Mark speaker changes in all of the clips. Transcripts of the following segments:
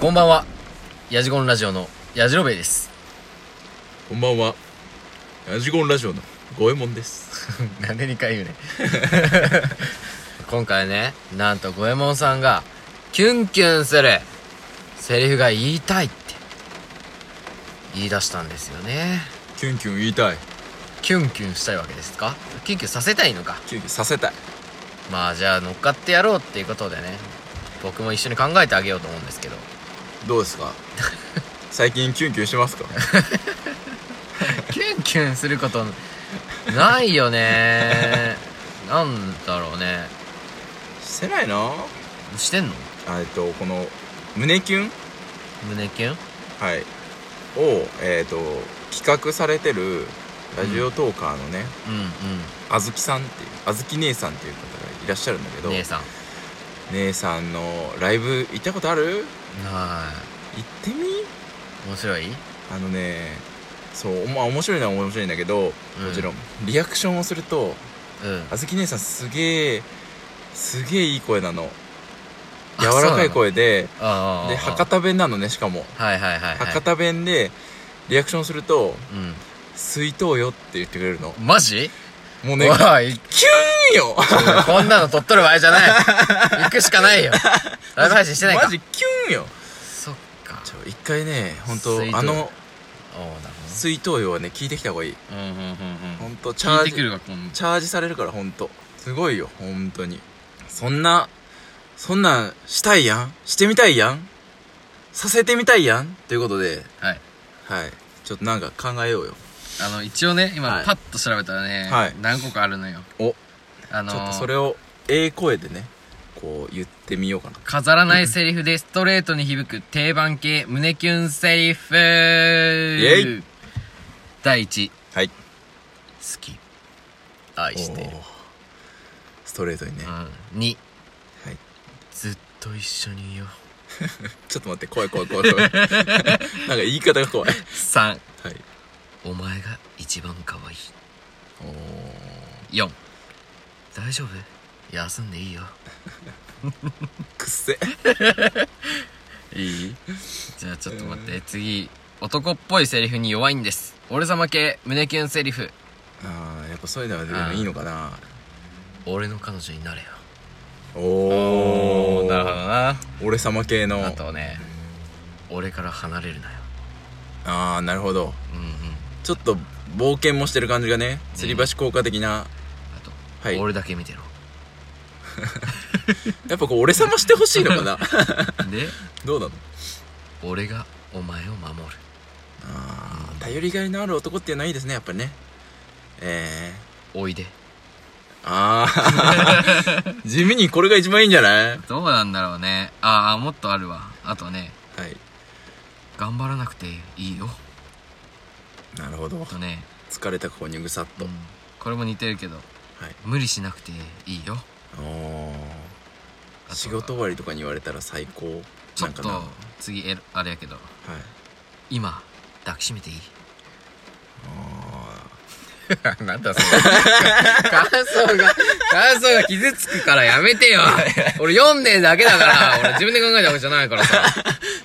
Speaker 1: こんばんは。ヤジゴンラジオのヤジロベイです。
Speaker 2: こんばんは。ラジゴンラジオの五右衛門です。
Speaker 1: なんで2回言う ねん。今回ね、なんと五右衛門さんが、キュンキュンする、セリフが言いたいって、言い出したんですよね。
Speaker 2: キュンキュン言いたい。
Speaker 1: キュンキュンしたいわけですかキュンキュンさせたいのか。
Speaker 2: キュンキュンさせたい。
Speaker 1: まあじゃあ乗っかってやろうっていうことでね、僕も一緒に考えてあげようと思うんですけど、
Speaker 2: どうですか最近キュンキュンしてますか
Speaker 1: キュンキュンすることないよね。なんだろうね。
Speaker 2: してないな
Speaker 1: してんの
Speaker 2: えっと、この、胸キュン
Speaker 1: 胸キュン
Speaker 2: はい。を、えっ、と、企画されてる、ラジオトーカーのね、
Speaker 1: うん
Speaker 2: あずきさんっていう、あずき姉さんっていう方がいらっしゃるんだけ
Speaker 1: う
Speaker 2: ど、
Speaker 1: ん姉さん
Speaker 2: 姉さんのライブ行ったことある
Speaker 1: は
Speaker 2: 行ってみ
Speaker 1: い面白い
Speaker 2: あのね、そう、まあ面白いのは面白いんだけど、もちろん、リアクションをすると、
Speaker 1: うん
Speaker 2: あずき姉さんすげえすげえいい声なの
Speaker 1: あ
Speaker 2: 柔らかい声で
Speaker 1: ああ
Speaker 2: で博多弁なのねしかも
Speaker 1: はいはいはいはい
Speaker 2: 博多弁でリアクションすると
Speaker 1: う
Speaker 2: 「水筒よ」って言ってくれるの
Speaker 1: んマジ
Speaker 2: もう
Speaker 1: お
Speaker 2: ね
Speaker 1: い
Speaker 2: キューンよ
Speaker 1: こんなの撮っとる場合じゃない 行くしかないよライブ配信してないか
Speaker 2: マジキューンよ
Speaker 1: そっか
Speaker 2: ちょ一回ね本
Speaker 1: 水
Speaker 2: 当
Speaker 1: 筒
Speaker 2: あの
Speaker 1: おおなる
Speaker 2: 「水筒よ」はね聞いてきた方がいい
Speaker 1: ほどうんうんうんうん
Speaker 2: 本当チ
Speaker 1: 聞
Speaker 2: ャー
Speaker 1: いてく
Speaker 2: ジ
Speaker 1: るわこん
Speaker 2: チャージされるから本当すごいよ本当にそんなそんなんしたいやんしてみたいやんさせてみたいやんということで
Speaker 1: はい
Speaker 2: はい。ちょっとなんか考えようよ。
Speaker 1: あの一応ね今
Speaker 2: はい
Speaker 1: パッと調べたらね
Speaker 2: はい
Speaker 1: 何個かあるのよ
Speaker 2: お、
Speaker 1: あの
Speaker 2: ちょっとそれ
Speaker 1: を
Speaker 2: を、ええ声でね、こう言ってみようかな。
Speaker 1: 飾らないセリフでストレートに響く定番系胸キュンセリフイ
Speaker 2: ェイ
Speaker 1: 第1
Speaker 2: はい。
Speaker 1: 好き愛している
Speaker 2: おー。ストレートにね。は
Speaker 1: うん2
Speaker 2: い。
Speaker 1: ずっと一緒にいよ
Speaker 2: ちょっと待って、怖い怖い怖い怖 い。なんか言い方が怖い。
Speaker 1: う3
Speaker 2: はい。
Speaker 1: お前が一番可愛い
Speaker 2: おー
Speaker 1: 4大丈夫休んでいいよ
Speaker 2: くっせ。いい
Speaker 1: じゃあちょっと待って、次男っぽいセリフに弱いんです俺様系胸キュンセリフ
Speaker 2: ああ、やっぱそういうのが出てもいいのかな。
Speaker 1: 俺の彼女になれよ
Speaker 2: おー。
Speaker 1: なるほどな
Speaker 2: 俺様系の。
Speaker 1: あとね俺から離れるなよ
Speaker 2: ああ、なるほど。
Speaker 1: うんうん
Speaker 2: ちょっと冒険もしてる感じがね、吊り橋効果的な。
Speaker 1: あと、
Speaker 2: はい
Speaker 1: 俺だけ見てろ
Speaker 2: やっぱこう、俺様してほしいのか な。
Speaker 1: で
Speaker 2: どうなの
Speaker 1: 俺がお前を守る
Speaker 2: あー頼りがいのある男っていうのはいいですねやっぱりねえ
Speaker 1: おいで
Speaker 2: ー、ああ 地味にこれが一番いいんじゃないは
Speaker 1: どうなんだろうねああもっとあるわあとね
Speaker 2: い
Speaker 1: 頑張らなくていいよ
Speaker 2: なるほど
Speaker 1: あとね、
Speaker 2: 疲れた子にぐさっと、
Speaker 1: うんこれも似てるけど
Speaker 2: はい
Speaker 1: 無理しなくていいよ
Speaker 2: お
Speaker 1: あと
Speaker 2: ー仕事終わりとかに言われたら最高
Speaker 1: ちょっ
Speaker 2: なん
Speaker 1: と
Speaker 2: かなはい
Speaker 1: 次えあれやけど今抱きしめていい
Speaker 2: あ
Speaker 1: なんだそれ感想が感想が傷つくからやめて よ俺読んでるだけだから俺自分で考えたわけじゃないからさ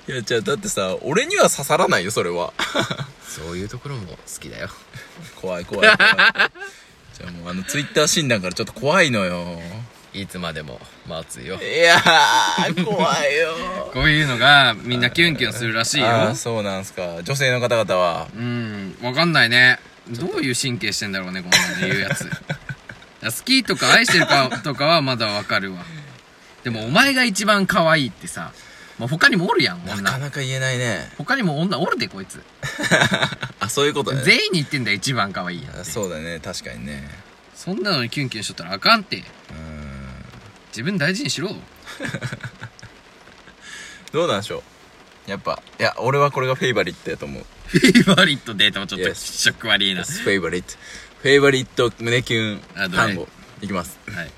Speaker 2: ーいやじゃあだってさ俺には刺さらないよそれは
Speaker 1: そういうところも好きだよ
Speaker 2: 怖い怖い怖いじゃあもうあのツイッター診断からちょっと怖いのよ
Speaker 1: いつまでも待つよ
Speaker 2: いやー怖いよ
Speaker 1: こういうのがみんなキュンキュンするらしいよ
Speaker 2: あーそうなんすか女性の方々は
Speaker 1: うんわかんないねどういう神経してんだろうねこんなの言うやついや好きとか愛してるかとかはまだわかるわでもお前が一番可愛いってさ、まあ、他にもおるやん
Speaker 2: なか
Speaker 1: 女
Speaker 2: なか言えないね
Speaker 1: 他にも女おるでこいつ
Speaker 2: あそういうことだね
Speaker 1: 全員に言ってんだよ一番可愛いやん
Speaker 2: あ
Speaker 1: って
Speaker 2: そうだね確かにね
Speaker 1: そんなのにキュンキュンしとったらあかんって
Speaker 2: うーん
Speaker 1: 自分大事にしろ
Speaker 2: どうなんでしょうやっぱいや俺はこれがフェイバリットやと思う
Speaker 1: フェイバリットデータもちょっと
Speaker 2: Yes
Speaker 1: 気色悪いな、
Speaker 2: フェイバリットフェイバリット胸キュン
Speaker 1: あどれ
Speaker 2: 単語いきます
Speaker 1: はい、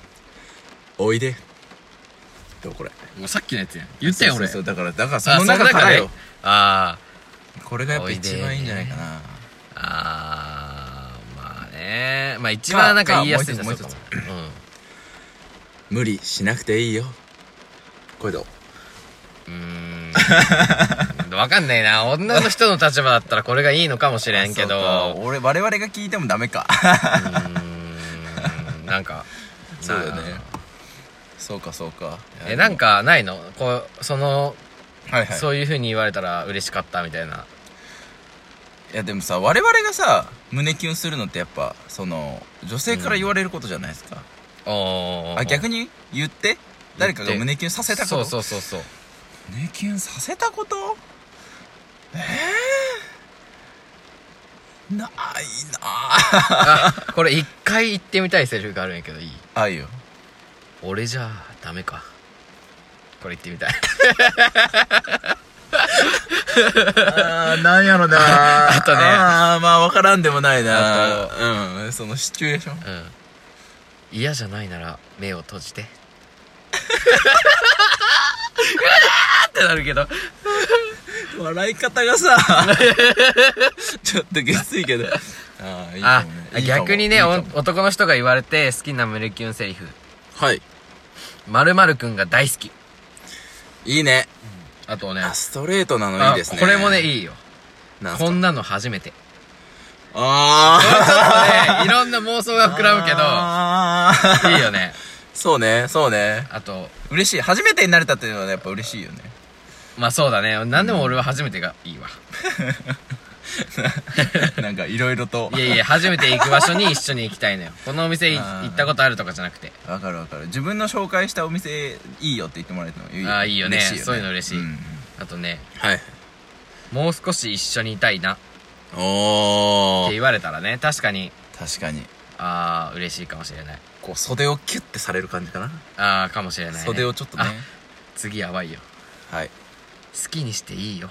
Speaker 2: おいでどうこれ
Speaker 1: もうさっきのやつやん言ったよ俺
Speaker 2: そうそうそうだからだからそ
Speaker 1: あ
Speaker 2: の中か
Speaker 1: その
Speaker 2: らよ
Speaker 1: 中でああ
Speaker 2: これがやっぱ一番いいんじゃないかな
Speaker 1: あーまあねまあ一番なんか言いやすいんだ
Speaker 2: か
Speaker 1: そう
Speaker 2: もう一つ
Speaker 1: かも
Speaker 2: も
Speaker 1: うん
Speaker 2: 無理しなくていいよこれどう
Speaker 1: うーん わかんないな。女の人の立場だったらこれがいいのかもしれんけど。う
Speaker 2: そうか俺我々が聞いてもダ メか
Speaker 1: ーん。なんか。
Speaker 2: そうだねそうかそうか
Speaker 1: なえ、なん、かないのこう、その、
Speaker 2: はいはい、
Speaker 1: そういう風に言われたら嬉しかったみたいな。
Speaker 2: いやでもさ我々がさ胸キュンするのってやっぱその女性から言われることじゃないですか、
Speaker 1: おー。
Speaker 2: あ逆
Speaker 1: に
Speaker 2: に言って誰かが胸キュンさせたこと
Speaker 1: そうそう そうそう。
Speaker 2: 胸キュンさせたことええー、ないなあ
Speaker 1: あ、これ一回言ってみたいセリフ があるんやけどいい
Speaker 2: あいよ
Speaker 1: 俺じゃダメか。これ言ってみたい。
Speaker 2: あーなんや ろなあ
Speaker 1: とね
Speaker 2: あーまあわからんでもない
Speaker 1: あ
Speaker 2: なうんそのシチュエーション
Speaker 1: うん。嫌じゃないなら目を閉じて。うわーってなるけど。
Speaker 2: 笑い方が さちょっとげついけどあーいいか
Speaker 1: あ
Speaker 2: もね、いいかも
Speaker 1: 逆にね
Speaker 2: いいかも
Speaker 1: お男の人が言われて好きな胸キュンセリフ。
Speaker 2: はい
Speaker 1: まるまるくんが大好き。
Speaker 2: いいね
Speaker 1: あとね、
Speaker 2: あストレートなのい
Speaker 1: あ
Speaker 2: いですね
Speaker 1: これもね、
Speaker 2: い
Speaker 1: いいよ。
Speaker 2: なんすか
Speaker 1: こんなの初めて。ちょ
Speaker 2: あ
Speaker 1: っとね、いろんな妄想が
Speaker 2: あ
Speaker 1: 膨らむけど、
Speaker 2: ど
Speaker 1: いいよね。
Speaker 2: そうねそうね
Speaker 1: あと、
Speaker 2: 嬉しい初めてになれたっていうのはやっぱ嬉しいよ ね
Speaker 1: まあそうだね。何でも俺は初めてがいいわ。
Speaker 2: なんかいろいろと
Speaker 1: いやいや、初めて行く場所に一緒に行きたいのよ。このお店い
Speaker 2: あー
Speaker 1: 行ったことあるとかじゃなくて。
Speaker 2: わかるわかる自分の紹介したお店いいよって言ってもらえるのいい
Speaker 1: あーいいよね
Speaker 2: 嬉し
Speaker 1: そういうの嬉しい
Speaker 2: ん
Speaker 1: あとね、
Speaker 2: はい
Speaker 1: もう少し一緒にいたいなっ
Speaker 2: お
Speaker 1: て
Speaker 2: ー
Speaker 1: 言われたらね、確かに、
Speaker 2: 確かに
Speaker 1: あー、嬉しいかもしれない。
Speaker 2: こう袖をキュッてされる感じかな、
Speaker 1: あー、かもしれない、ね。
Speaker 2: 袖をちょっとね
Speaker 1: あ次やばいよ。
Speaker 2: はい
Speaker 1: 好きにしていいよ。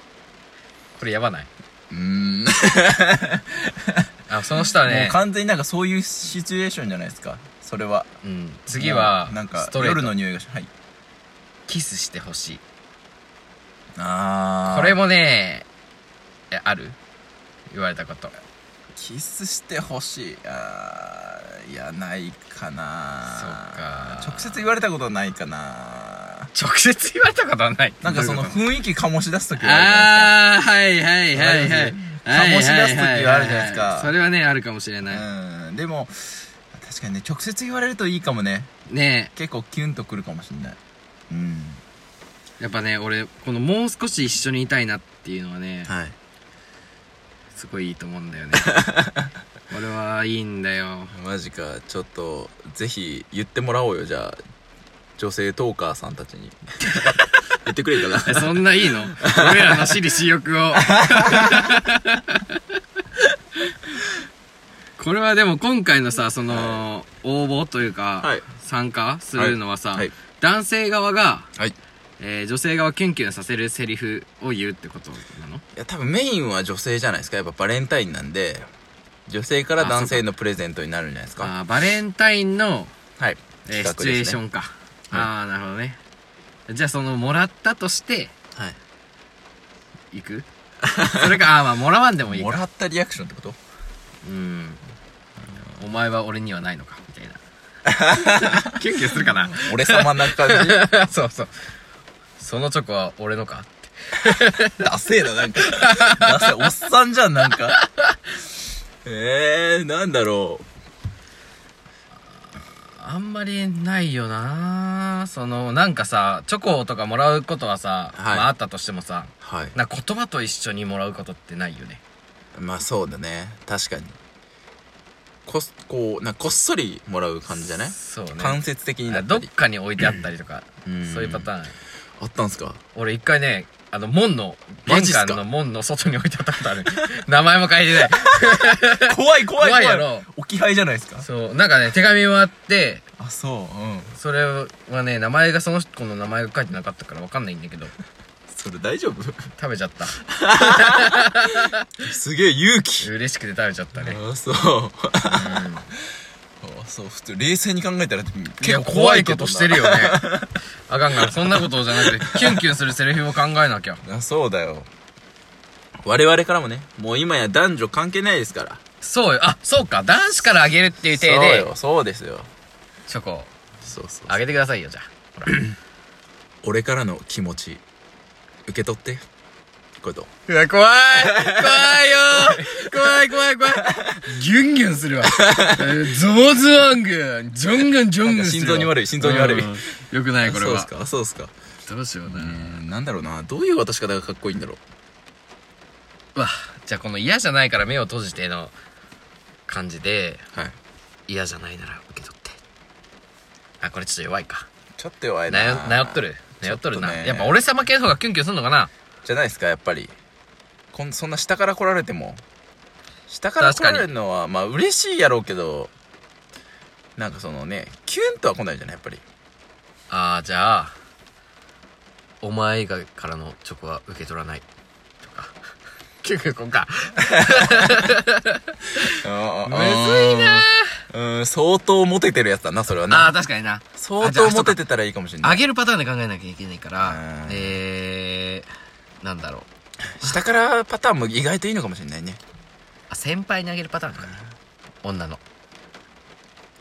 Speaker 1: これやばないう
Speaker 2: ーん
Speaker 1: あ、その人は
Speaker 2: も
Speaker 1: ね
Speaker 2: う、完全になんかそういうシチュエーションじゃないですかそれは
Speaker 1: うん、次は
Speaker 2: もうなん、か
Speaker 1: ストレ
Speaker 2: 夜
Speaker 1: ート、
Speaker 2: の匂いがしはい
Speaker 1: キスしてほしい。
Speaker 2: あ
Speaker 1: これもね、え、ある言われたこと。
Speaker 2: キスしてほしいあーいやないかな
Speaker 1: そっか
Speaker 2: 直接言われたことはないかな
Speaker 1: 直接言われたことはない。
Speaker 2: なんかその
Speaker 1: どういうこ
Speaker 2: 雰囲気醸し出す時
Speaker 1: と
Speaker 2: はあ
Speaker 1: あー、はいはいはいは
Speaker 2: わか
Speaker 1: い
Speaker 2: り。
Speaker 1: はい
Speaker 2: 醸し出す時はあるじゃないですか
Speaker 1: はははそれはね、あるかもしれ
Speaker 2: るじゃ
Speaker 1: ない。
Speaker 2: ないですかうんでも確かにね直接言われるといいかもね
Speaker 1: ね
Speaker 2: 結構キュンとくるかもしんないうん
Speaker 1: え、やっぱね、俺、このもう少し一緒にいたいなっていうのはね、
Speaker 2: はい
Speaker 1: すごいいいと思うん だよね。俺はいいんだよ。
Speaker 2: マジかちょっとぜひ言ってもらおうよじゃあ女性トーカーさんた ちに言ってくれるかな
Speaker 1: えそんないいの俺らの私利私欲 を。これはでも今回のさ、その、応募というか、
Speaker 2: はい
Speaker 1: 参加するのはさ、
Speaker 2: はい
Speaker 1: 男性側が、
Speaker 2: はいい
Speaker 1: えー女性側をキュンキュンさせるセリフを言うってことなの
Speaker 2: や多分メインは女性じゃないですかやっぱバレンタインなんで女性から男性のプレゼントになるんじゃないですか
Speaker 1: あーバレンタインの、
Speaker 2: はい
Speaker 1: えー
Speaker 2: 企画
Speaker 1: シチュエーショ
Speaker 2: で
Speaker 1: ンか。ああ、なるほどね。じゃあその、もらったとして、
Speaker 2: すね
Speaker 1: 行く それか、ああ、まあ、もらわんでも
Speaker 2: はい
Speaker 1: い
Speaker 2: も
Speaker 1: か。
Speaker 2: らったリアクションってこと
Speaker 1: うん。お前は俺にはないのか、みたいな。 キュンキュンするかな
Speaker 2: 俺様な感じ
Speaker 1: そうそう。そのチョコは俺のか
Speaker 2: ダセえ な、なんか。ダセえ、おっさんじゃん、なんか。ええー、なんだろ
Speaker 1: あんまりないよなその、なんかさ、チョコとかもらうことはさ、
Speaker 2: はい
Speaker 1: まああったとしてもさ、
Speaker 2: う。はい。
Speaker 1: なんか言葉と一緒にもらうことってないよね。
Speaker 2: まあそうだね。確かに。こっ、こう、なんかこっそりもらう感じじゃない、
Speaker 1: そうね。
Speaker 2: 間接的にだ
Speaker 1: あ
Speaker 2: った
Speaker 1: どっ
Speaker 2: り。
Speaker 1: かに置いてあったりとか、
Speaker 2: うん
Speaker 1: そういうパターン。
Speaker 2: あったん すか
Speaker 1: 俺一回ね、あの、門の、
Speaker 2: マ
Speaker 1: 玄
Speaker 2: ジっすか
Speaker 1: 関の門の外に置いてあったことある。 名前も書いてない。
Speaker 2: 怖い怖い怖い。
Speaker 1: 怖いやろ
Speaker 2: 置き配じゃないですか。
Speaker 1: そう、なんかね、手紙もあって、
Speaker 2: あ、そう。うん。
Speaker 1: それはね、名前がその子の名前が書いてなかったからわかんないんだけど、
Speaker 2: それ大丈夫
Speaker 1: 食べちゃった。
Speaker 2: すげえ勇気。
Speaker 1: 嬉しくて食べちゃったね。
Speaker 2: あ、そう。あ、そう。普通、冷静に考えたら
Speaker 1: いや
Speaker 2: 結構怖いけ
Speaker 1: 怖いこと
Speaker 2: どな
Speaker 1: してるよね。あかんが、そんなことじゃなく て、キュンキュンするセリフを考えなきゃ。
Speaker 2: あそうだよ我々からもねもう今や男女関係ないですから
Speaker 1: そうよ。あ、そうか。男子からあげるっていう体
Speaker 2: そう
Speaker 1: で、
Speaker 2: よそうですよ
Speaker 1: チョコ
Speaker 2: そうそう
Speaker 1: あげてくださいよ、じゃあ。ほら。
Speaker 2: 俺からの気持ち受け取ってこれと
Speaker 1: うわ、怖い怖い よ怖い怖い怖いギュンギュンするわ。えーゾワゾワングン、ジョングンジョングンするわ
Speaker 2: 心臓に悪い心臓に悪い
Speaker 1: うんよくない、これ
Speaker 2: そうっ
Speaker 1: は
Speaker 2: す。かそうっすか
Speaker 1: どうしような。
Speaker 2: うんなんだろうなどういう渡し方がかっこいいんだろう
Speaker 1: うわ、じゃあこの嫌じゃないから目を閉じての感じで、
Speaker 2: はい
Speaker 1: 嫌じゃないなら受け取って。あ、これちょっと弱いか。
Speaker 2: ちょっと弱い
Speaker 1: なよ
Speaker 2: な、
Speaker 1: なよっとる。なよっとるな。
Speaker 2: ちょっとね
Speaker 1: やっぱ俺様系の方がキュンキュンするのかな
Speaker 2: じゃないですかやっぱりこんそんな下から来られても下から来られるのはまあ嬉しいやろうけどなんかそのねキュンとは来ないじゃないやっぱり
Speaker 1: ああ、じゃあ、お前以外からのチョコは受け取らない。とか。キュンキュンこうか。
Speaker 2: む
Speaker 1: むずいな
Speaker 2: うん相当モテてるやつだなそれは
Speaker 1: ああ
Speaker 2: な
Speaker 1: ー、確かにな。
Speaker 2: 相
Speaker 1: あじゃ
Speaker 2: 当
Speaker 1: あ
Speaker 2: モテてたらいいかもしれな
Speaker 1: 上
Speaker 2: い
Speaker 1: げるパターンで考えなきゃいけないから
Speaker 2: うん、
Speaker 1: えー、なんだろう。
Speaker 2: 下からパターンも意外といいのかもしれないね
Speaker 1: あ、先輩にあげるパターンかな。女の。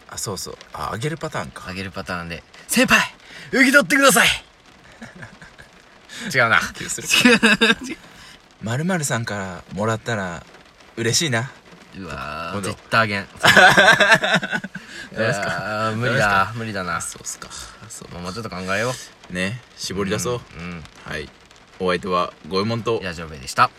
Speaker 2: あそうそうあ上げるパターンか
Speaker 1: あげるパターンで、先輩受け取ってくだ さい違うな。
Speaker 2: キュンする
Speaker 1: 違
Speaker 2: まるまるさんからもらったら嬉しいな
Speaker 1: う。うわ
Speaker 2: ほ
Speaker 1: ー、
Speaker 2: ど
Speaker 1: 絶対あげ ん。い
Speaker 2: ダメっすか
Speaker 1: やー無理
Speaker 2: ダメっ
Speaker 1: だ、無理だな。
Speaker 2: そうっすかそ
Speaker 1: もうちょっと考えよう。
Speaker 2: うね絞り出そう、
Speaker 1: うん。うん
Speaker 2: はいお相手は五右衛門と
Speaker 1: ラジオベでした。